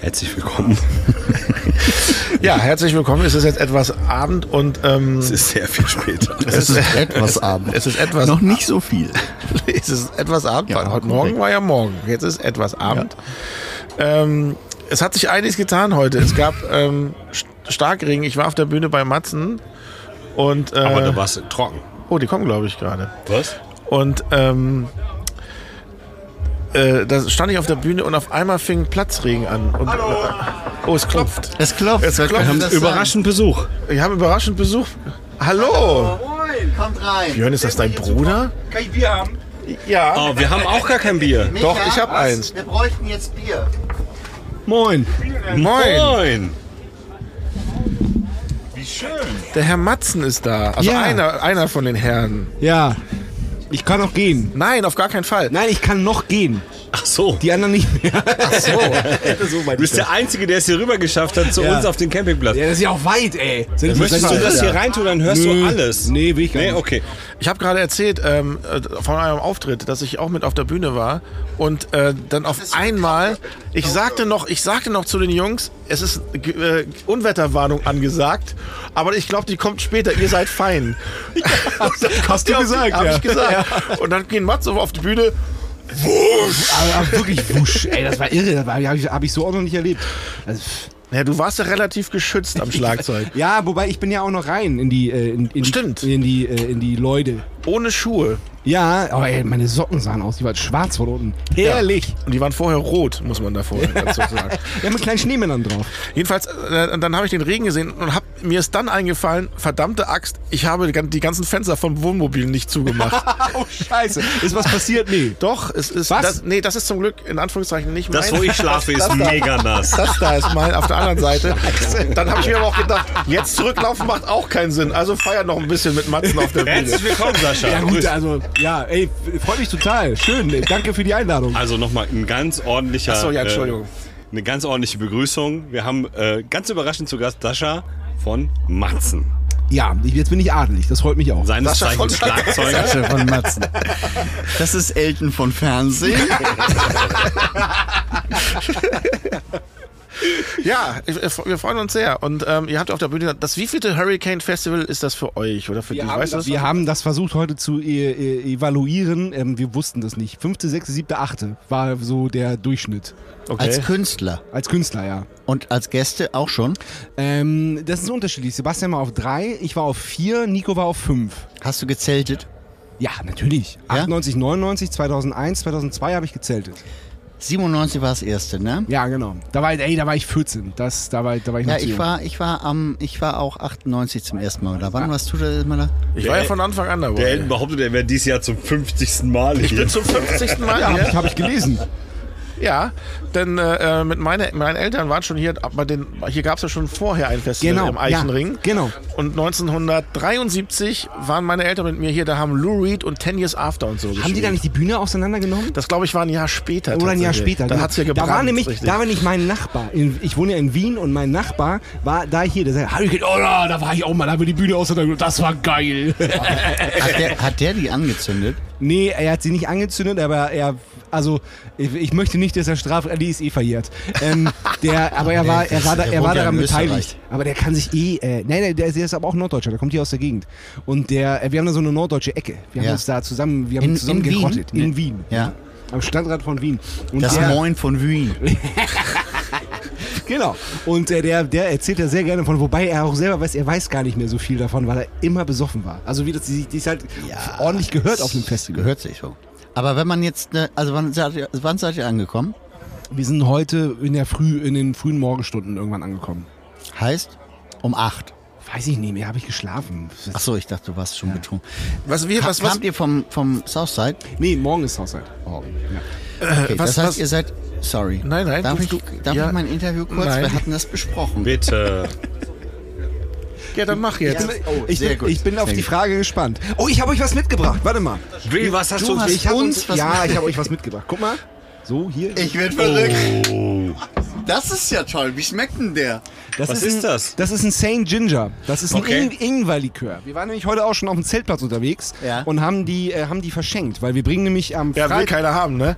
herzlich willkommen. Ja, herzlich willkommen. Es ist jetzt etwas Abend und ähm, Es ist sehr viel später. Es ist etwas Abend. es ist etwas Noch nicht so viel. es ist etwas Abend. Ja, weil heute korrekt. Morgen war ja Morgen. Jetzt ist etwas Abend. Ähm, es hat sich einiges getan heute. Es gab ähm, St- Starkregen. Ich war auf der Bühne bei Matzen und äh, Aber da warst du trocken. oh, die kommen glaube ich gerade. Was? Und ähm, äh, da stand ich auf der Bühne und auf einmal fing Platzregen an. Und, Oh, es klopft. Es klopft. Es Wer klopft. kann Wir haben das Überraschend Besuch. Ich habe überraschend Besuch. Hallo! sagen? Kommt rein. Björn, ist das dein Bruder? Kann ich Bier haben? Ja. Oh, wir haben auch gar kein Bier. Micha, Doch, ich hab was? eins. Wir bräuchten jetzt Bier. Moin. Moin. Moin. Wie schön. Der Herr Matzen ist da. Also Ja. einer, einer von den Herren. Ja. Ich kann noch gehen. Nein, auf gar keinen Fall. Nein, ich kann noch gehen. Ach so. Die anderen nicht mehr. Ach so. so Du bist der Einzige, der es hier rüber geschafft hat zu Ja. uns auf den Campingplatz. ja, das ist ja auch weit, ey. Sind Möchtest du das hier reintun, dann hörst Nö. du alles. Nee, will ich gar Nee, nicht. okay. Ich habe gerade erzählt ähm, äh, von einem Auftritt, dass ich auch mit auf der Bühne war und äh, dann auf einmal, ich sagte noch, ich sagte noch zu den Jungs, es ist äh, Unwetterwarnung angesagt, aber ich glaube, die kommt später. Ihr seid fein. Hast du gesagt, Hab ja. ich gesagt. Und dann gehen Matze auf die Bühne. Aber, aber wirklich wusch. Ey, das war irre. Das war, hab, ich, hab ich so auch noch nicht erlebt. Also, pff. Ja, du warst ja relativ geschützt am Schlagzeug, ja, wobei ich bin ja auch noch rein in die, äh, in, in Stimmt. die, in die, äh, in die Leute. ohne Schuhe. Ja, aber ey, meine Socken sahen aus. Die waren schwarz von unten. Herrlich. Und die waren vorher rot, muss man davor dazu sagen. Ja. mit kleinen Schneemännern drauf. Jedenfalls, äh, dann habe ich den Regen gesehen und hab, mir ist dann eingefallen, verdammte Axt, ich habe die gan- die ganzen Fenster vom Wohnmobil nicht zugemacht. Oh, scheiße. Ist was passiert? Nee. Doch, es ist. Was? Das, nee, das ist zum Glück in Anführungszeichen nicht Das, mein. wo ich schlafe, ist mega nass. das da ist mein, auf der anderen Seite. Dann habe ich mir aber auch gedacht, jetzt zurücklaufen macht auch keinen Sinn. Also feiert noch ein bisschen mit Matzen auf der Bühne. Herzlich willkommen, Sascha. Ja gut, also ja, ey, freut mich total. Schön, ey, danke für die Einladung. Also nochmal ein ganz ordentlicher. Ach so, ja, Entschuldigung. Äh, eine ganz ordentliche Begrüßung. Wir haben äh, ganz überraschend zu Gast Sascha von Matzen. Ja, ich- jetzt bin ich adelig, das freut mich auch. Seines Sascha von Zeichens Schlagzeuger. Sascha von Matzen. Das ist Elton von Fernsehen. Ja, ich, äh, wir freuen uns sehr. Und ähm, ihr habt auf der Bühne das wievielte Hurricane Festival ist das für euch oder für die? Weißt du das? wir haben das versucht heute zu e e evaluieren, ähm, wir wussten das nicht. Fünfte, sechste, siebte, achte war so der Durchschnitt. Als Künstler Als Künstler, ja. und als Gäste auch schon. Ähm, das ist unterschiedlich. Sebastian war auf drei, ich war auf vier, Nico war auf fünf. Hast du gezeltet? Ja, natürlich. Ja? 98, 99, 2001, 2002 habe ich gezeltet. 97 war das erste, ne? Ja, genau. Da war, ey, da war ich 14. Das, da, war, da war ich noch Ja, zu ich jung. war, ich war am, ich war auch 98 zum ersten Mal. Da wann warst du da erstmal da? Ich war ja von Anfang an Der dabei. Elton behauptet, er wäre dieses Jahr zum 50. Mal Ich hier. bin zum 50. Mal Ja, hier. hab ich, hab ich gelesen. Ja, denn äh, mit meine, meine Eltern waren schon hier, aber den, hier gab es ja schon vorher ein Festival Genau, ne, im Eichenring. ja, genau. Und 1973 waren meine Eltern mit mir hier, da haben Lou Reed und Ten Years After und so Haben die da nicht die Bühne auseinandergenommen? Das glaube ich war ein Jahr später. Oder ein Jahr tatsächlich. später. genau. Da hat's ja gebrannt. Da war nämlich, richtig. da war nämlich mein Nachbar. In, ich wohne ja in Wien und mein Nachbar war da hier. Der sagt, hab ich gedacht, oh, ja, da war ich auch mal, da haben wir die Bühne auseinandergenommen. Das war geil. Hat der, hat der die angezündet? nee, er hat sie nicht angezündet, aber er, also, ich, ich möchte nicht, dass er straft, die ist eh verjährt. Ähm, der, aber er war, er war, da, Der er war wohnt ja daran in Österreich. beteiligt. Aber der kann sich eh, äh, nein, nein, der ist, der ist aber auch Norddeutscher, der kommt hier aus der Gegend. Und der, äh, wir haben da so eine norddeutsche Ecke. Wir haben Ja. uns da zusammen, wir haben In- uns zusammen in Wien? gerottet. In Nee. Wien. Ja. Am Standrat von Wien. Und Das der- Moin von Wien. Genau. Und äh, der, der erzählt da sehr gerne von, wobei er auch selber weiß, er weiß gar nicht mehr so viel davon, weil er immer besoffen war. Also wie das die, die ist halt Ja, ordentlich gehört das auf dem Festival. Gehört sich so. Aber wenn man jetzt, ne, also wann seid, ihr, wann seid ihr angekommen? Wir sind heute in der Früh, in den frühen Morgenstunden irgendwann angekommen. Heißt um 8. Weiß ich nicht mehr, habe ich geschlafen. Ach so, ich dachte, du warst schon betrunken. was wir, Ka was, was, kamt ihr vom, vom Southside? Nee, morgen ist Haushalt. Morgen. Ja. Okay, was- das heißt, was- ihr seid. Sorry. Nein, nein, Darf, du- ich, du- darf ja. ich mein Interview kurz? Nein. Wir hatten das besprochen. Bitte. ja, dann mach jetzt. Ich bin- oh, Also, ich, sehr bin, gut. ich bin auf Sehr die gut. Frage gespannt. Oh, ich habe euch was mitgebracht. Warte mal. Wie, was hast du, uns? hast- Ich habe Uns uns, was ja, mit- ich habe euch was mitgebracht. Guck mal. So, hier. Ich werde verrückt. Oh. Das ist ja toll. Wie schmeckt denn der? Das Was ist das? Das ist ein Saint Ginger. Das ist Okay. ein In Ingwerlikör. Wir waren nämlich heute auch schon auf dem Zeltplatz unterwegs Ja. und haben die, äh, haben die verschenkt, weil wir bringen nämlich am Ja, will Freitag. keiner haben, ne?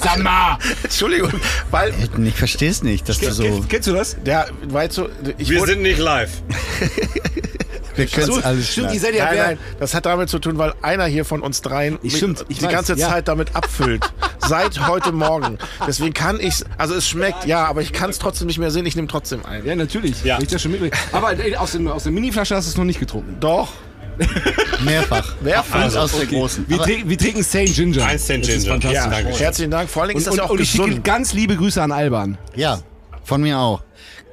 Sag mal! Entschuldigung, weil Äh, Ich verstehe es nicht, dass du so. Kennst du das? der war jetzt so. Ich Wir wurde- sind nicht live. Wir können es alles stimmt, schneiden. ihr seid ja Nein, wer- nein, das hat damit zu tun, weil einer hier von uns dreien Ich- mich stimmt, ich die weiß, ganze ja. Zeit damit abfüllt. seit heute Morgen. Deswegen kann ich also es schmeckt, ja, aber ich kann es trotzdem nicht mehr sehen, ich nehme trotzdem ein. Ja, natürlich. Ja. Wenn Ich das schon mitbringe. Aber äh, aus, dem, aus der Miniflasche hast du es noch nicht getrunken. Doch, Mehrfach. mehrfach. Also, Und aus der großen. Wir, Aber trinken- wir trinken Sane Ginger. Eins den Das ist Ginger. fantastisch. Ja, danke. Herzlichen Dank. Vor allen Dingen ist Und, das ja auch und ich schicke gesund. ganz liebe Grüße an Alban. ja, von mir auch.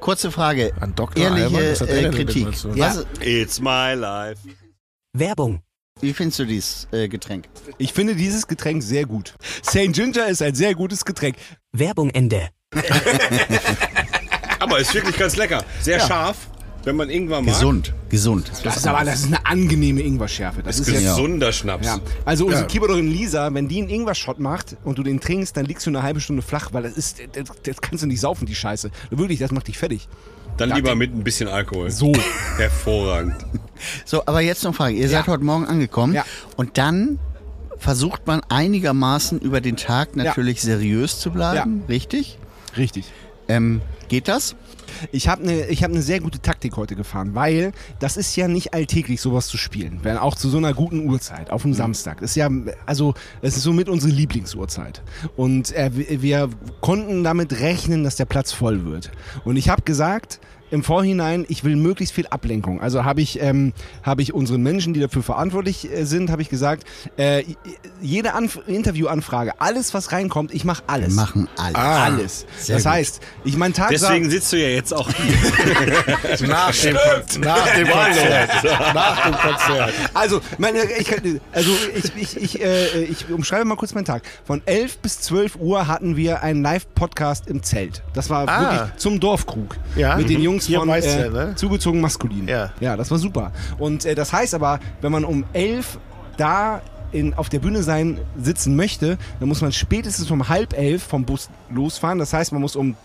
Kurze Frage. An Dr. Alban, was Ehrliche hat der äh, denn mit Kritik. dazu? Was, It's my life. Werbung. wie findest du dieses äh, Getränk? Ich finde dieses Getränk sehr gut. St. Ginger ist ein sehr gutes Getränk. Werbung Ende. Aber ist wirklich ganz lecker. Sehr scharf, wenn man Ingwer mag. Gesund. Gesund. Das ist aber das ist eine angenehme Ingwerschärfe. Das ist ja, Gesunder Schnaps. ja. Also unsere Keyboarderin Lisa, wenn die einen Ingwer-Shot macht und du den trinkst, dann liegst du eine halbe Stunde flach, weil das ist, das, das kannst du nicht saufen, die Scheiße. Wirklich, das macht dich fertig. Dann lieber mit ein bisschen Alkohol. So. Hervorragend. So, aber jetzt noch Frage. Ihr seid heute Morgen angekommen Ja. und dann versucht man einigermaßen über den Tag natürlich seriös zu bleiben, richtig? Richtig. Ähm, geht das? Ich habe eine hab ne sehr gute Taktik heute gefahren, weil das ist ja nicht alltäglich, sowas zu spielen. Wenn auch zu so einer guten Uhrzeit, auf dem Samstag. Das ist ja, also, es ist somit unsere Lieblingsuhrzeit. Und äh, wir- wir konnten damit rechnen, dass der Platz voll wird. Und ich habe gesagt, im Vorhinein, ich will möglichst viel Ablenkung. Also habe ich, ähm, habe ich unseren Menschen, die dafür verantwortlich äh, sind, habe ich gesagt, äh, jede Anf Interviewanfrage, alles, was reinkommt, ich mache alles. Wir machen alles. Ah, alles. Das gut. heißt, ich mein Tag sah- Deswegen sitzt du ja jetzt auch hier. Also- Nach dem, Kon- nach dem Konzert. Nach dem Konzert. Also, meine, ich, kann- also ich, ich, ich, äh, ich umschreibe mal kurz meinen Tag. Von 11 bis 12 Uhr hatten wir einen Live-Podcast im Zelt. Das war Ah. wirklich zum Dorfkrug. Ja. Mit den Mhm. Jungs Hier von weißt äh, du, ne? zugezogen maskulin. Ja. ja, das war super. Und äh, das heißt aber, wenn man um 11 da in, auf der Bühne sein sitzen möchte, dann muss man spätestens um halb elf vom Bus losfahren. Das heißt, man muss um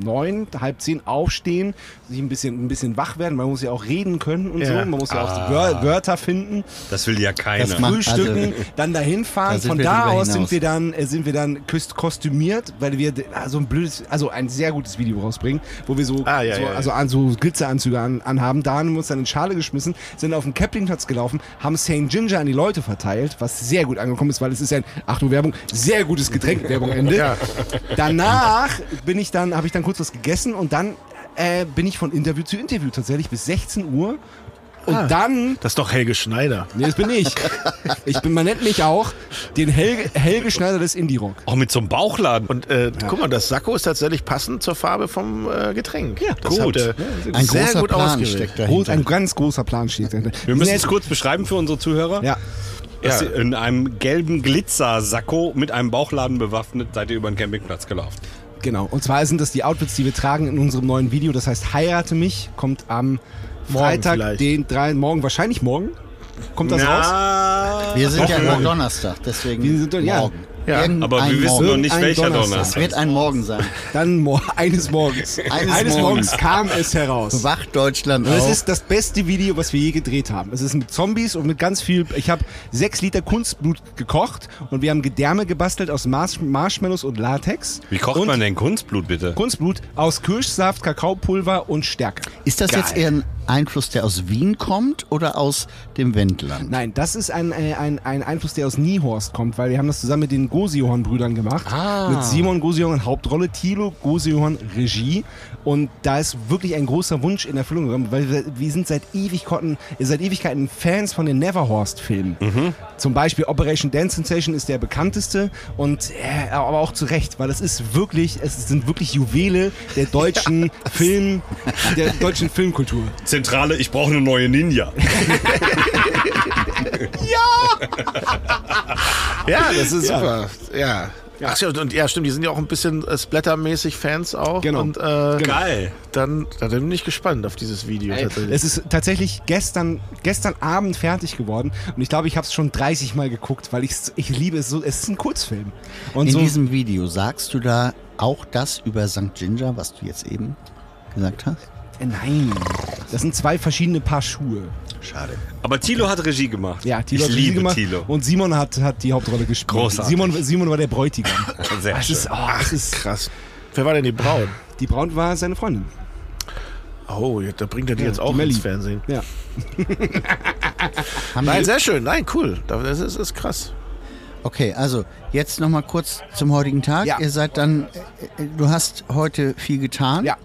neun, halb zehn aufstehen, sich ein bisschen, ein bisschen wach werden. Man muss ja auch reden können und Ja. Ah. so. Man muss ja auch Wör Wörter finden, Das will ja keiner. Das macht- frühstücken, also- dann dahin fahren. Da sind Von wir da drüber aus sind hinaus. wir dann, äh, sind wir dann küst- kostümiert, weil wir d- ah, so ein blödes, also ein sehr gutes Video rausbringen, wo wir so, Ah, ja, so ja, ja. also an so Glitzeranzüge an, anhaben. Da haben wir uns dann in Schale geschmissen, sind auf den Campingplatz gelaufen, haben St. Ginger an die Leute verteilt, was sehr gut angekommen ist, weil es ist ja ein, Achtung Werbung, sehr gutes Getränk, Werbung Ende. Danach bin ich dann, habe ich dann kurz was gegessen und dann äh, bin ich von Interview zu Interview tatsächlich bis 16 Uhr. Und Ah. dann Das ist doch Helge Schneider. Nee, das bin ich. Ich bin, man nennt mich auch den Helge, Helge Schneider des Indie-Rock. Auch mit so einem Bauchladen. Und äh, guck mal, das Sakko ist tatsächlich passend zur Farbe vom äh, Getränk. Ja, das gut. Hat, äh, Ein sehr großer gut Plan ausgewählt. steckt Groß, dahinter. ein ganz großer Plan steht dahinter. Wir müssen sind es kurz beschreiben für unsere Zuhörer. Ja, Dass Ja. ihr In einem gelben Glitzer-Sakko mit einem Bauchladen bewaffnet seid ihr über den Campingplatz gelaufen. genau. Und zwar sind das die Outfits, die wir tragen in unserem neuen Video. Das heißt, heirate mich, kommt am Morgen Freitag, vielleicht. den drei, morgen, wahrscheinlich morgen. Kommt das raus? Wir sind ja immer morgen. Donnerstag, deswegen Wir sind doch- ja. morgen. Ja. Irgendein Aber wir wissen Morgen. noch nicht, Irgendein welcher Donnerstag. Es Donnerstag. wird ein Morgen sein. Dann mor eines Morgens. Eines Morgens Morgens. kam es heraus. Wacht Deutschland Und es auf. ist das beste Video, was wir je gedreht haben. Es ist mit Zombies und mit ganz viel. Ich habe sechs Liter Kunstblut gekocht und wir haben Gedärme gebastelt aus Marsh Marshmallows und Latex. Wie kocht und man denn Kunstblut bitte? Kunstblut aus Kirschsaft, Kakaopulver und Stärke. Ist das Geil. jetzt eher ein Einfluss, der aus Wien kommt oder aus dem Wendland? Nein, das ist ein, äh, ein, ein Einfluss, der aus Niehorst kommt, weil wir haben das zusammen mit den Gosiohorn-Brüdern gemacht. Mit Simon Gosiohorn Hauptrolle, Thilo Gosiohorn Regie. Und da ist wirklich ein großer Wunsch in Erfüllung gekommen, weil wir, wir sind seit, Ewigkeiten, seit Ewigkeiten Fans von den Neverhorst-Filmen. Zum Beispiel Operation Dance Sensation ist der bekannteste und äh, aber auch zu Recht, weil es ist wirklich, es sind wirklich Juwele der deutschen Film, der deutschen Filmkultur. Zentrale, ich brauche eine neue Ninja. Ja, das ist super. Ja. Ach ja, und ja, stimmt, die sind ja auch ein bisschen äh, splattermäßig Fans auch. Genau. Und äh, Geil. dann, dann bin ich gespannt auf dieses Video tatsächlich. Es ist tatsächlich gestern, gestern Abend fertig geworden und ich glaube, ich habe es schon 30 Mal geguckt, weil ich ich liebe es so. Es ist ein Kurzfilm. Und In so, diesem Video sagst du da auch das über St. Ginger, was du jetzt eben gesagt hast? Äh, nein, das sind zwei verschiedene Paar Schuhe. Schade. Aber Thilo hat Regie gemacht. Ja, Thilo ich hat Regie liebe gemacht Thilo. Und Simon hat, hat die Hauptrolle gespielt. Großartig. Simon, Simon war der Bräutigam. Sehr das ist, schön. oh, das ist, Krass. Wer war denn die Braut? die Braun war seine Freundin. Oh, ja, da bringt er die Ja, jetzt die auch Melli. ins Fernsehen. Ja. Haben Nein, die- sehr schön. Nein, cool. Das ist, ist krass. Okay, also jetzt nochmal kurz zum heutigen Tag. Ja. Ihr seid dann, äh, äh, du hast heute viel getan. Ja.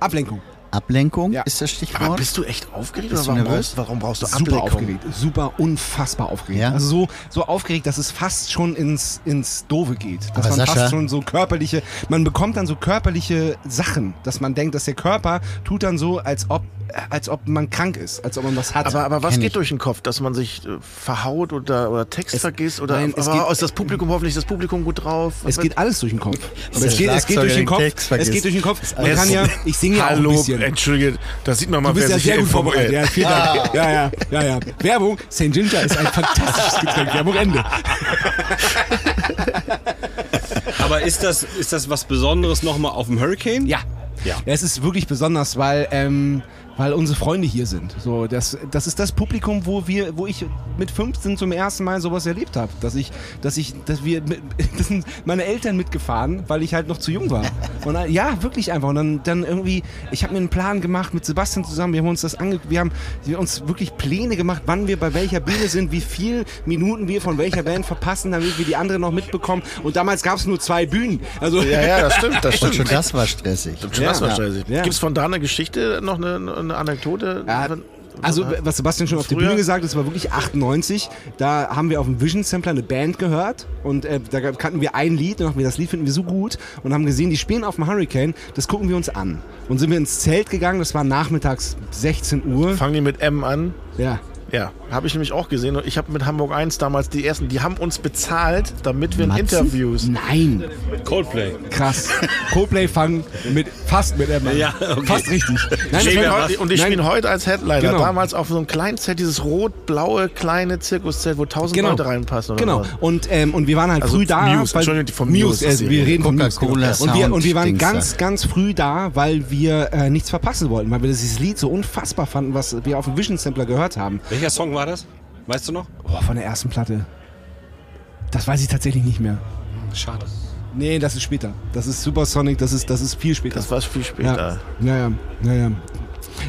Ablenkung. Ablenkung Ja. ist das Aber Stichwort. bist du echt aufgeregt? Bist oder du warum, nervös? brauchst, warum brauchst du Super Ablenkung? aufgeregt. Super unfassbar aufgeregt. Ja. Also so, so aufgeregt, dass es fast schon ins, ins Dove geht. Dass Aber man Sascha- fast schon so körperliche, man bekommt dann so körperliche Sachen, dass man denkt, dass der Körper tut dann so, als ob, als ob man krank ist, als ob man was hat. Aber, aber was Kenn geht ich. durch den Kopf? Dass man sich äh, verhaut oder, oder Text vergisst? Oder nein, es aber geht- ist das Publikum hoffentlich das Publikum gut drauf? Was es weiß- geht alles durch den Kopf. Aber der es geht, es geht Schlagzeuger, durch den den Kopf. Text Es vergisst. geht durch den Kopf. Man alles kann so- ja, ich singe ja auch ein Hallo, bisschen. entschuldige, da sieht man mal, Du bist wer ja sich sehr hier gut vorbereitet. informiert. Ja, vielen Dank. Ja, ja, ja, ja. Werbung. St. Ginger ist ein fantastisches Getränk. Werbung Ende. Aber ist das, ist das was Besonderes nochmal auf dem Hurricane? Ja. Ja. Es ist wirklich besonders, weil, ähm, weil unsere Freunde hier sind. So, das, das ist das Publikum, wo wir, wo ich mit 15 zum ersten Mal sowas erlebt habe. Dass ich, dass ich, dass wir, mit- das sind meine Eltern mitgefahren, weil ich halt noch zu jung war. Und äh, ja, wirklich einfach. Und dann, dann irgendwie, ich habe mir einen Plan gemacht mit Sebastian zusammen. Wir haben uns das ange, wir haben wir uns wirklich Pläne gemacht, wann wir bei welcher Bühne sind, wie viel Minuten wir von welcher Band verpassen, damit wir die andere noch mitbekommen. Und damals gab es nur zwei Bühnen. Also Ja, ja, das stimmt, das Und stimmt. schon das war stressig. Schon das Ja. war scheiße. Ja. Gibt es von da eine Geschichte, noch eine, eine Anekdote? Ja, also, was Sebastian schon auf der Früher? Bühne gesagt hat, das war wirklich 98. Da haben wir auf dem Vision Sampler eine Band gehört und äh, da gab- kannten wir ein Lied und dachten wir, das Lied finden wir so gut und haben gesehen, die spielen auf dem Hurricane, das gucken wir uns an. Und sind wir ins Zelt gegangen, das war nachmittags 16 Uhr. Fangen die mit M an? Ja. Ja, habe ich nämlich auch gesehen. Und Ich habe mit Hamburg 1 damals die ersten, die haben uns bezahlt, damit wir in Matzen? Interviews. Nein, Coldplay. krass. Coldplay fangen mit, fast mit Emma. Ja, okay. Fast richtig. Nein, Ich Mega, bin was? heute, und ich Nein. bin heute als Headliner. Genau. Damals auf so einem kleinen Zelt, dieses rot-blaue kleine Zirkuszelt, wo tausend Leute reinpassen. Oder genau. was. Und, ähm, und wir waren halt Also früh da. Muse, weil- Entschuldigung, die von also Muse, äh, das wir Serie. reden von Muse. genau. Coca-Cola Und wir, und wir waren Sound ganz, Dings ganz früh da, weil wir äh, nichts verpassen wollten, weil wir dieses Lied so unfassbar fanden, was wir auf dem Vision Sampler gehört haben. Welcher Song war das? Weißt du noch? Boah, von der ersten Platte. Das weiß ich tatsächlich nicht mehr. Schade. Nee, das ist später. Das ist Supersonic, das ist, das ist viel später. Das war viel Ja, später. naja, naja.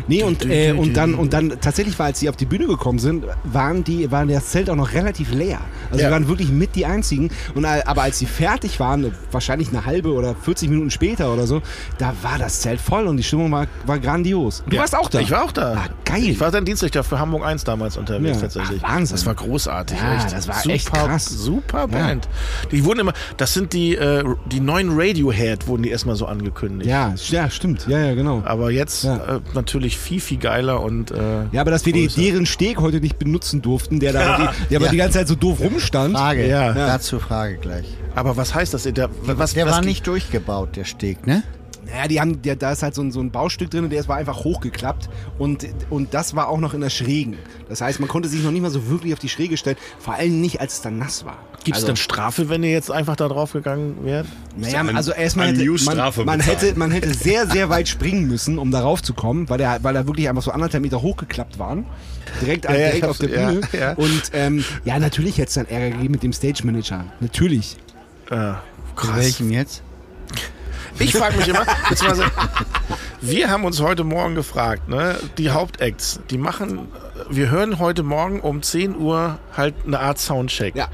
Nee, und, äh, und, dann, und dann tatsächlich war, als sie auf die Bühne gekommen sind, waren die, waren das Zelt auch noch relativ leer. Also Ja. wir waren wirklich mit die einzigen. Und, äh, aber als sie fertig waren, wahrscheinlich eine halbe oder 40 Minuten später oder so, da war das Zelt voll und die Stimmung war, war grandios. Du warst auch da. Ich war auch da. Ah, geil. Ich war dann Dienstrichter für Hamburg 1 damals unterwegs Ja. tatsächlich. Ach, Wahnsinn. Das war großartig. Ja, echt. das war super, echt krass. Super Band. Die wurden immer, das sind die, äh, die neuen Radiohead wurden die erstmal so angekündigt. ja, st- ja, stimmt. Ja, ja, genau. Aber jetzt Ja. äh, natürlich viel, viel geiler und äh, Ja, aber dass wir die, größer. deren Steg heute nicht benutzen durften, der da die, der aber Ja. die ganze Zeit so doof rumstand. Ah, Frage. Ja. Dazu Frage gleich. Aber was heißt das? Der, was, Der was war nicht durchgebaut, der Steg, ne? Naja, die haben, der, da ist halt so ein, so ein Baustück drin, der ist- war einfach hochgeklappt und, und das war auch noch in der Schrägen. Das heißt, man konnte sich noch nicht mal so wirklich auf die Schräge stellen, vor allem nicht, als es dann nass war. Gibt es also, denn Strafe, wenn ihr jetzt einfach da drauf gegangen wärt? Naja, Ein- also erstmal ein hätte News-Strafe man, man, bezahlen. hätte, man hätte sehr, sehr weit springen müssen, um darauf zu kommen, weil, der, weil da wirklich einfach so anderthalb Meter hochgeklappt waren. Direkt, ja, ich direkt auf hab's- der ja, Bühne. ja. Und ähm, ja, natürlich hätte es dann Ärger gegeben mit dem Stage Manager. Natürlich. Äh, Zu welchem jetzt? Ich frage mich immer, beziehungsweise, wir haben uns heute Morgen gefragt, ne? die Hauptacts, die machen, wir hören heute Morgen um 10 Uhr halt eine Art Soundcheck. Ja.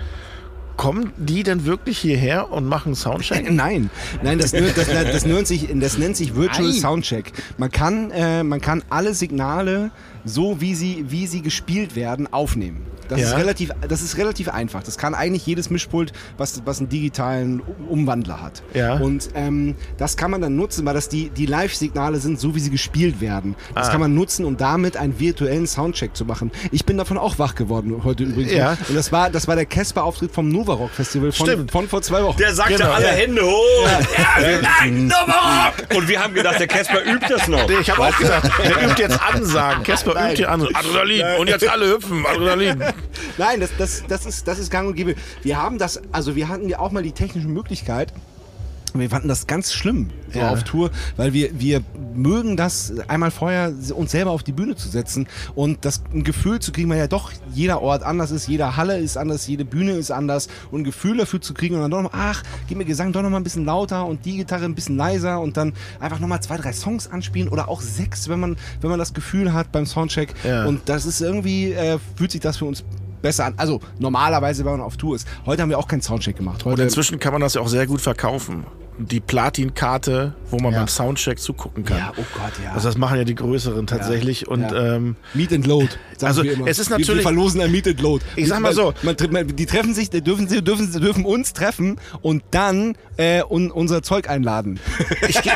Kommen die denn wirklich hierher und machen Soundcheck? Nein, nein, das, nö- das, das, nennt, sich, das nennt sich Virtual Nein. Soundcheck. Man kann, äh, man kann alle Signale, so wie sie, wie sie gespielt werden, aufnehmen. Das, Ja. ist relativ, das ist relativ einfach. Das kann eigentlich jedes Mischpult, was, was einen digitalen Umwandler hat. Ja. Und ähm, das kann man dann nutzen, weil das die, die Live-Signale sind, so wie sie gespielt werden. Das Ah. kann man nutzen, um damit einen virtuellen Soundcheck zu machen. Ich bin davon auch wach geworden heute übrigens. Ja. Und das war, das war der Casper-Auftritt vom Nova Rock Festival von, Stimmt. von vor zwei Wochen. Der sagte Genau, alle ja. Hände hoch. Ja. Nein, nochmal ab! Und wir haben gedacht, der Casper übt das noch. Ich habe auch gesagt, der übt jetzt Ansagen. Casper übt hier Ansagen. Adrenalin. Und jetzt alle hüpfen. Adrenalin. Nein, das, das, das, ist, das ist gang und gäbe. Wir haben das, also wir hatten ja auch mal die technische Möglichkeit, Und wir fanden das ganz schlimm so auf Tour, weil wir, wir mögen das einmal vorher uns selber auf die Bühne zu setzen und das ein Gefühl zu kriegen, weil ja doch jeder Ort anders ist, jeder Halle ist anders, jede Bühne ist anders und ein Gefühl dafür zu kriegen und dann doch noch, ach, gib mir Gesang doch noch mal ein bisschen lauter und die Gitarre ein bisschen leiser und dann einfach noch mal zwei, drei Songs anspielen oder auch sechs, wenn man, wenn man das Gefühl hat beim Soundcheck Ja. und das ist irgendwie, äh, fühlt sich das für uns besser an. Also normalerweise, wenn man auf Tour ist. Heute haben wir auch keinen Soundcheck gemacht. Und Heute inzwischen kann man das ja auch sehr gut verkaufen. Die Platin-Karte, wo man Ja. beim Soundcheck zugucken kann. Ja, oh Gott, ja. Also das machen ja die Größeren tatsächlich. Und ja. Ähm, Meet and Load. sagen Also, wir immer. es ist wir, wir natürlich- verlosen ein Meet and Load. Ich sag mal so. Man, man, man, die treffen sich, die dürfen, sie dürfen, sie dürfen uns treffen und dann äh, un, unser Zeug einladen. ich, ge-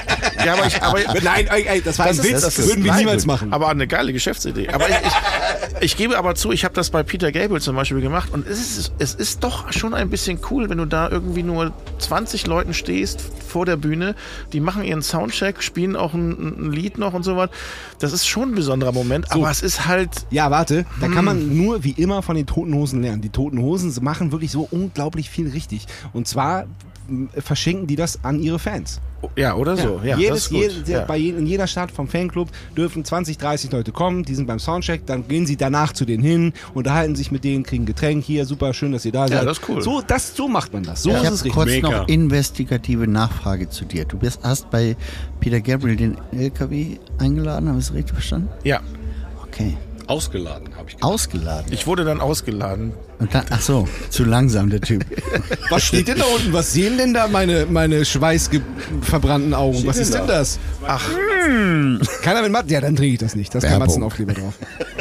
ja, aber ich, aber Nein, ey, ey, das war ein Witz, das, ist- würden wir nein, niemals machen. Aber eine geile Geschäftsidee. Aber ich, ich, ich gebe aber zu, ich habe das bei Peter Gabriel zum Beispiel gemacht und es ist, es ist doch schon ein bisschen cool, wenn du da irgendwie nur 20 Leuten stehst vor der Bühne, die machen ihren Soundcheck, spielen auch ein, ein Lied noch und so was. Das ist schon ein besonderer Moment, aber es ist halt Ja, warte, da kann Hm. man nur wie immer von den Toten Hosen lernen. Die Toten Hosen machen wirklich so unglaublich viel richtig. Und zwar m, verschenken die das an ihre Fans. ja oder so. Ja, das Jedes, ist gut. jedes, ja. Bei je, in jeder Stadt vom Fanclub dürfen 20, 30 Leute kommen, die sind beim Soundcheck, dann gehen sie danach zu denen hin, unterhalten sich mit denen, kriegen ein Getränk hier, super, schön, dass ihr da seid. das ist cool. So, das, so macht man das. So Ich ist habe es richtig. kurz Mega. noch investigative Nachfrage zu dir. Du bist, hast bei Peter Gabriel den LKW eingeladen, habe ich es richtig verstanden? ja, Okay. Ausgeladen habe ich gedacht. Ausgeladen. ich wurde dann ausgeladen. Und dann, ach so, zu langsam der Typ. Was steht denn da unten? Was sehen denn da meine, meine schweißverbrannten Augen? Was ist denn das? Hm. Ach, Keiner mit Matzen? Ja, dann trinke ich das nicht. Das ist kein Werbung. Matzenaufkleber drauf.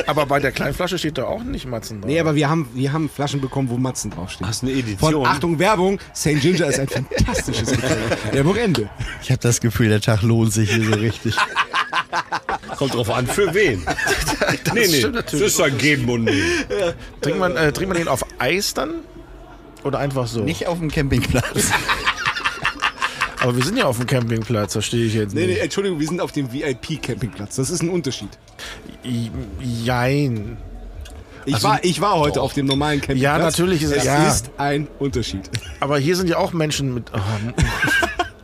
aber bei der kleinen Flasche steht da auch nicht Matzen drauf. Nee, aber wir haben, wir haben Flaschen bekommen, wo Matzen draufstehen. Hast eine Edition. Von Achtung, Werbung, St. Ginger ist ein fantastisches Getränk. Der Wochenende. Ich habe das Gefühl, der Tag lohnt sich hier so richtig. Kommt drauf an, für wen. nee, nee, stimmt das natürlich. ist ja geben und nehmen. trinkt, man, äh, trinkt man den auf Eis dann? Oder einfach so? Nicht auf dem Campingplatz. Aber wir sind ja auf dem Campingplatz, verstehe ich jetzt Nee, nee, nicht. Entschuldigung, wir sind auf dem VIP-Campingplatz. Das ist ein Unterschied. I- Jein. Ich, war, ich war heute auf dem normalen Campingplatz. Also Ja, natürlich ist es- es ja. ist ein Unterschied. Aber hier sind ja auch Menschen mit. Oh,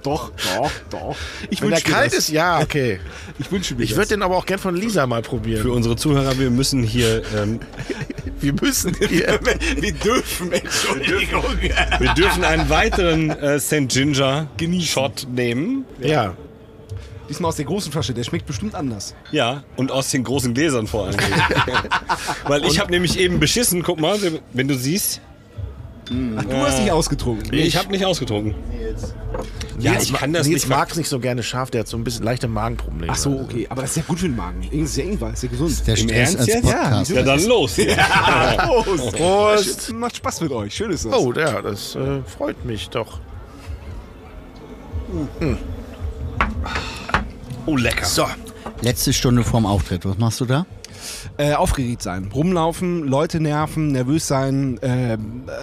Doch, doch, doch. Ich wenn der wünsche mir kalt das. ist, ja, okay. Ich wünsche mir Ich das. würde den aber auch gern von Lisa mal probieren. Für unsere Zuhörer, wir müssen hier, ähm, wir müssen hier. wir dürfen, Entschuldigung. wir dürfen einen weiteren äh, St. Ginger Shot nehmen. ja. Diesmal aus der großen Flasche, der schmeckt bestimmt anders. Ja, und aus den großen Gläsern vor allen Dingen. Weil ich habe nämlich eben beschissen, guck mal, wenn du siehst, Ach, du hast dich ausgetrunken. ich habe nicht ausgetrunken. Ja, ich kann das Nils nicht. mag es nicht so gerne scharf, der hat so ein bisschen leichte Magenprobleme. Ach so, okay. Aber das ist ja gut für den Magen. Irgendwas ist ja Ingwer, ist ja gesund. Der Im Stress Ernst als jetzt? Podcast. Ja, dann los. Prost. Prost. Macht Spaß mit euch. Schön ist das. Oh, ja, das äh, freut mich doch. Hm. Oh, lecker. So, Letzte Stunde vorm Auftritt. Was machst du da? Äh, aufgeregt sein, rumlaufen, Leute nerven, nervös sein, äh,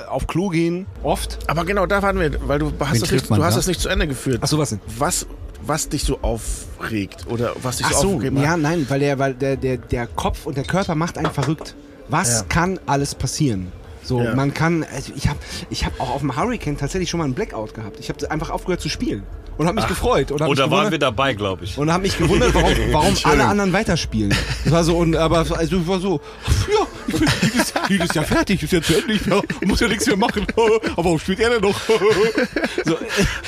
auf Klo gehen, oft. aber genau da waren wir, weil du hast, das trifft nicht, man du hast da? das nicht zu Ende geführt. Ach so, was denn? Was, was dich so aufregt oder was dich Ach so so, aufgeregt macht. ja, nein, weil der, weil der, der, der Kopf und der Körper macht einen verrückt. Was Ja. kann alles passieren? So, Ja. man kann, also ich habe ich hab auch auf dem Hurricane tatsächlich schon mal einen Blackout gehabt. Ich habe einfach aufgehört zu spielen und habe mich gefreut. Und hab Oder mich waren wir gewundert- dabei, glaube ich. und habe mich gewundert, warum, warum alle anderen weiterspielen. Das war so, und, aber also ich war so, ja, ich bin dieses, dieses Jahr fertig, ist ja zu Ende, ich ja, muss ja nichts mehr machen. Aber warum spielt er denn noch? So,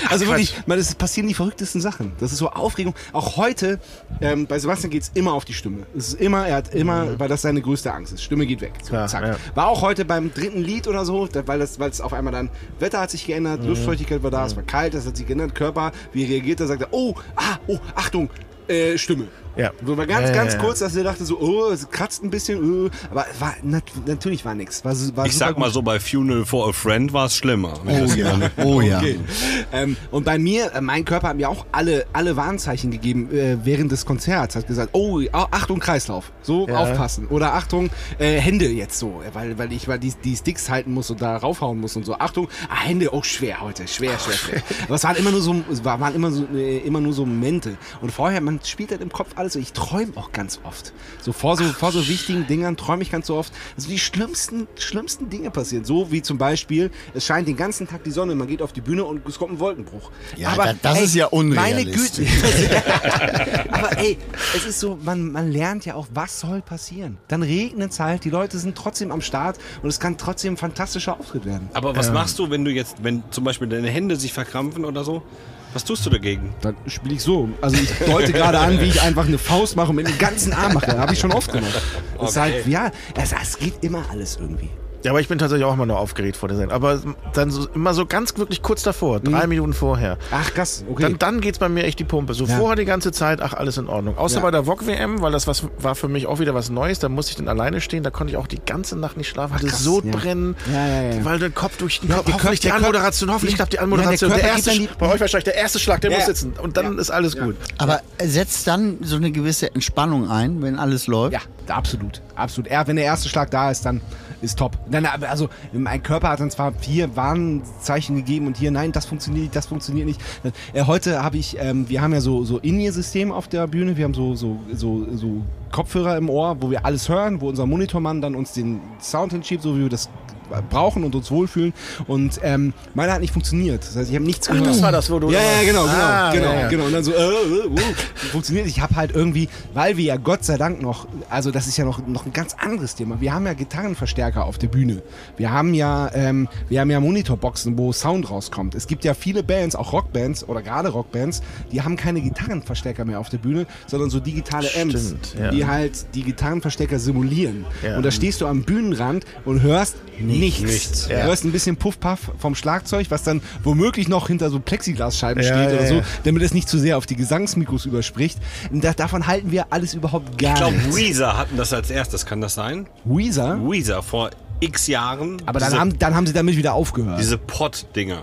also wirklich, man, es passieren die verrücktesten Sachen. Das ist so Aufregung. Auch heute, ähm, bei Sebastian geht's immer auf die Stimme. Es ist immer, er hat immer, weil das seine größte Angst ist. Stimme geht weg. So, Klar, zack. ja. War auch heute beim dritten Lied oder so, da- weil das, weil es auf einmal dann, Wetter hat sich geändert, Mhm. Luftfeuchtigkeit war da, es war kalt, das hat sich geändert, Körper, wie reagiert er, sagt er, oh, ah, oh, Achtung, äh, Stimme. Ja. So war Ja, ganz, ja, ganz ja. kurz, dass er dachte so, oh, es kratzt ein bisschen, äh, aber es war, nat natürlich war nix. War, su- war Ich sag supergut. mal so, bei Funeral for a Friend war es schlimmer. Oh ja. Oh ja. Okay. Ähm, und bei mir, äh, mein Körper hat mir auch alle, alle Warnzeichen gegeben äh, während des Konzerts. Hat gesagt, oh, au- Achtung Kreislauf, so aufpassen. Oder Achtung äh, Hände jetzt so, äh, weil, weil ich weil die, die Sticks halten muss und da raufhauen muss und so. Achtung, ah, Hände, oh schwer heute, schwer, schwer, schwer. Aber es waren immer nur so, es war- waren immer, so, äh, immer nur so Momente. Und vorher, man spielt halt im Kopf alles alles. Ich träume auch ganz oft. So vor so, vor so wichtigen Dingern träume ich ganz so oft. Also die schlimmsten, schlimmsten Dinge passieren. So wie zum Beispiel, es scheint den ganzen Tag die Sonne, man geht auf die Bühne und es kommt ein Wolkenbruch. Ja, da- das ist ja Meine Güte. unrealistisch. aber ey, es ist so, man, man lernt ja auch, was soll passieren. Dann regnet es halt, die Leute sind trotzdem am Start und es kann trotzdem ein fantastischer Auftritt werden. Aber was machst du, wenn du jetzt, wenn zum Beispiel deine Hände sich verkrampfen oder so? Was tust du dagegen? Dann spiele ich so. Also ich deute gerade an, wie ich einfach eine Faust mache und mit dem ganzen Arm mache. Habe ich schon oft gemacht. Das ist halt, ja, es, es geht immer alles irgendwie. Ja, aber ich bin tatsächlich auch immer nur aufgeregt vor der Sendung. Aber dann so, immer so ganz wirklich kurz davor, drei Minuten vorher. Ach, krass. Mhm. Okay. Dann, dann geht's bei mir echt die Pumpe. So Ja. vorher die ganze Zeit, ach, alles in Ordnung. Außer Ja. bei der VOG-WM, weil das was, war für mich auch wieder was Neues. Da musste ich dann alleine stehen, da konnte ich auch die ganze Nacht nicht schlafen, hatte krass, Sodbrennen, ja. Ja, ja, ja. weil der Kopf durch den Ja, Kopf. der hoffentlich die Körper- der Anmoderation, Körper- hoffentlich klappt die Ja, der Anmoderation. der Körper erste, gibt dann die- bei euch wahrscheinlich der erste Schlag, der Ja, muss ja. sitzen. Und dann Ja. ist alles gut. Aber setzt dann so eine gewisse Entspannung ein, wenn alles läuft? Ja, absolut. Absolut. Er, wenn der erste Schlag da ist, dann ist top. Nein, aber also mein Körper hat dann zwar vier Warnzeichen gegeben und hier, nein, das funktioniert nicht, das funktioniert nicht. Äh, heute habe ich, ähm, wir haben ja so, so In-Ear-System auf der Bühne, wir haben so, so, so, so Kopfhörer im Ohr, wo wir alles hören, wo unser Monitormann dann uns den Sound hinschiebt, so wie wir das brauchen und uns wohlfühlen. Und ähm, meiner hat nicht funktioniert. Das heißt, ich habe nichts gehört. das war das, wo du- Ja, ja, genau, genau, Ah, genau, ja, ja. genau. Und dann so, äh, äh, uh, funktioniert. nicht. Ich habe halt irgendwie, weil wir ja Gott sei Dank noch, also das ist ja noch, noch ein ganz anderes Thema. Wir haben ja Gitarrenverstärker auf der Bühne. Wir haben ja, ähm, wir haben ja Monitorboxen, wo Sound rauskommt. Es gibt ja viele Bands, auch Rockbands oder gerade Rockbands, die haben keine Gitarrenverstärker mehr auf der Bühne, sondern so digitale Amps, Stimmt, ja. die halt die Gitarrenverstärker simulieren. Ja. Und da stehst du am Bühnenrand und hörst nichts. Nichts, Du ja. hörst ein bisschen Puff-Puff vom Schlagzeug, was dann womöglich noch hinter so Plexiglasscheiben Ja, steht ja, oder so, ja. damit es nicht zu sehr auf die Gesangsmikros überspricht. Und da, davon halten wir alles überhaupt Ich gar glaube, nicht. Weezer hatten das als erstes, kann das sein? Weezer? Weezer vor x Jahren. Aber dann diese, haben, dann haben sie damit wieder aufgehört. diese Pott-Dinger.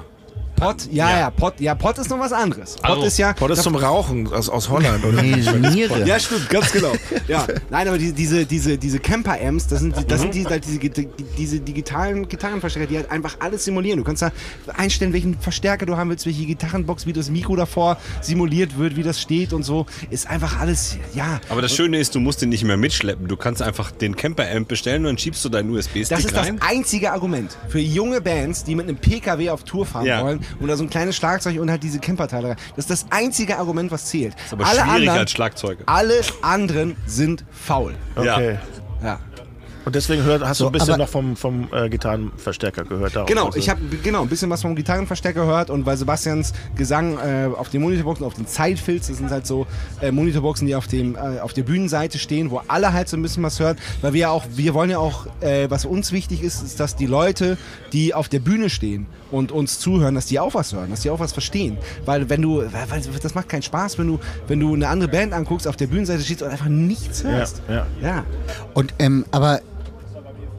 Pot, ja, ja. ja, Pot, ja, Pot ist noch was anderes. Pot Also, ist ja. Boah, das ist zum Rauchen aus, aus Holland, oder? Nee, Niere. ja, stimmt, ganz genau. ja. Nein, aber die, diese, diese, diese Camper-Amps, das sind, die- das sind die, halt diese, die- diese digitalen Gitarrenverstärker, die halt einfach alles simulieren. Du kannst da einstellen, welchen Verstärker du haben willst, welche Gitarrenbox, wie das Mikro davor simuliert wird, wie das steht und so. Ist einfach alles, ja. Aber das Schöne ist, du musst den nicht mehr mitschleppen. Du kannst einfach den Camper-Amp bestellen und dann schiebst du deinen Das USB-Stick ist das rein. einzige Argument für junge Bands, die mit einem PKW auf Tour fahren Ja. wollen und da so ein kleines Schlagzeug und halt diese Camperteile. rein. Das ist das einzige Argument, was zählt. Ist aber schwieriger als Schlagzeuge. Alle anderen sind faul. Okay. Ja. Und deswegen hört, hast du ein bisschen aber- noch vom, vom äh, Gitarrenverstärker gehört. darum. Genau, Also- ich habe genau ein bisschen was vom Gitarrenverstärker gehört und weil Sebastians Gesang äh, auf den Monitorboxen, auf den Zeitfilz, das sind halt so äh, Monitorboxen, die auf dem äh, auf der Bühnenseite stehen, wo alle halt so ein bisschen was hören, weil wir ja auch wir wollen ja auch äh, was uns wichtig ist, ist, dass die Leute, die auf der Bühne stehen und uns zuhören, dass die auch was hören, dass die auch was verstehen, weil wenn du weil, weil das macht keinen Spaß, wenn du wenn du eine andere Band anguckst, auf der Bühnenseite stehst und einfach nichts hörst. ja. ja. Und ähm, aber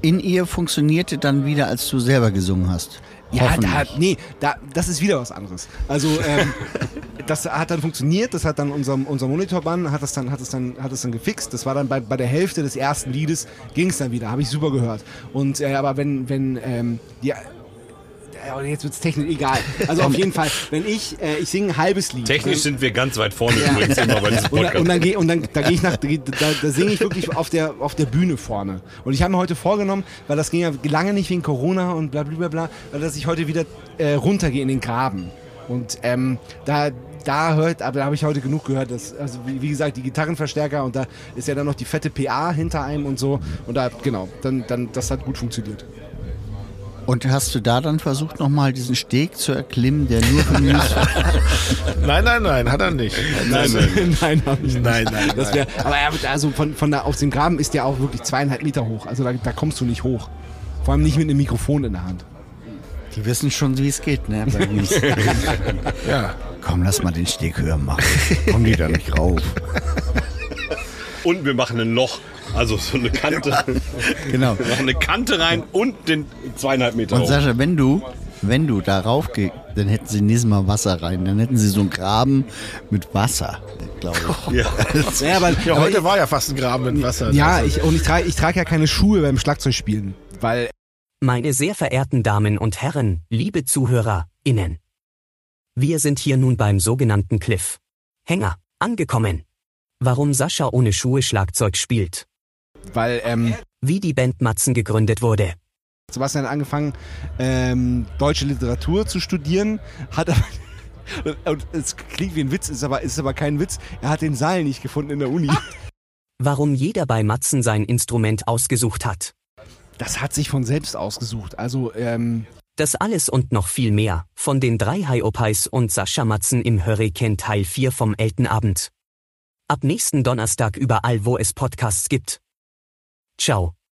in ihr funktionierte dann wieder, als du selber gesungen hast. Ja, da, Hoffentlich. nee, da, das ist wieder was anderes. Also ähm, das hat dann funktioniert, das hat dann unser, unser Monitorband hat das dann hat es dann hat es dann gefixt. Das war dann bei, bei der Hälfte des ersten Liedes ging es dann wieder, habe ich super gehört. Und äh, aber wenn wenn ähm, ja äh, jetzt wird's technisch egal. Also auf jeden Fall, wenn ich äh, ich singe ein halbes Lied. Technisch dann- sind wir ganz weit vorne übrigens immer bei diesem und, und Podcast. dann gehe und dann da gehe ich nach da, da singe ich wirklich auf der auf der Bühne vorne. Und ich habe mir heute vorgenommen, weil das ging ja lange nicht wegen Corona und bla bla bla, bla weil dass ich heute wieder äh, runtergehe in den Graben. Und ähm, da da hört, aber da habe ich heute genug gehört, dass, also wie, wie gesagt, die Gitarrenverstärker und da ist ja dann noch die fette PA hinter einem und so. Und da, genau, dann, dann, das hat gut funktioniert. Und hast du da dann versucht, nochmal diesen Steg zu erklimmen, der nur für Nils Nein, nein, nein, hat er nicht. Nein, nein. nein, hab ich nicht. Nein, nein, Das wär, aber ja, also von, von da auf dem Graben ist der auch wirklich zweieinhalb Meter hoch. Also da, da kommst du nicht hoch. Vor allem nicht mit einem Mikrofon in der Hand. Die wissen schon, wie es geht, ne? Bei uns. Ja. Komm, lass mal den Steg höher machen. Kommen die da nicht rauf. Und wir machen ein Loch. Also so eine Kante. Genau. Wir machen eine Kante rein und den zweieinhalb Meter Und hoch. Sascha, wenn du, wenn du da raufgehst, dann hätten sie nächstes Mal Wasser rein. Dann hätten sie so einen Graben mit Wasser, glaube ich. Ja. Ja, aber, Ja, aber heute war ja fast ein Graben mit Wasser. ich, ja ich, und ich trage ich trag ja keine Schuhe beim Schlagzeugspielen. Weil Meine sehr verehrten Damen und Herren, liebe ZuhörerInnen. Wir sind hier nun beim sogenannten Cliff. Hänger, angekommen. warum Sascha ohne Schuhe Schlagzeug spielt, Weil ähm, wie die Band Matzen gegründet wurde. Sebastian hat angefangen, ähm, deutsche Literatur zu studieren, hat aber. Und es klingt wie ein Witz, ist aber, ist aber kein Witz. Er hat den Saal nicht gefunden in der Uni. Warum jeder bei Matzen sein Instrument ausgesucht hat. Das hat sich von selbst ausgesucht. Also, ähm, Das alles und noch viel mehr von den drei Haiopais und Sascha Matzen im Hurricane Teil 4 vom Eltenabend. Ab nächsten Donnerstag überall, wo es Podcasts gibt. Ciao.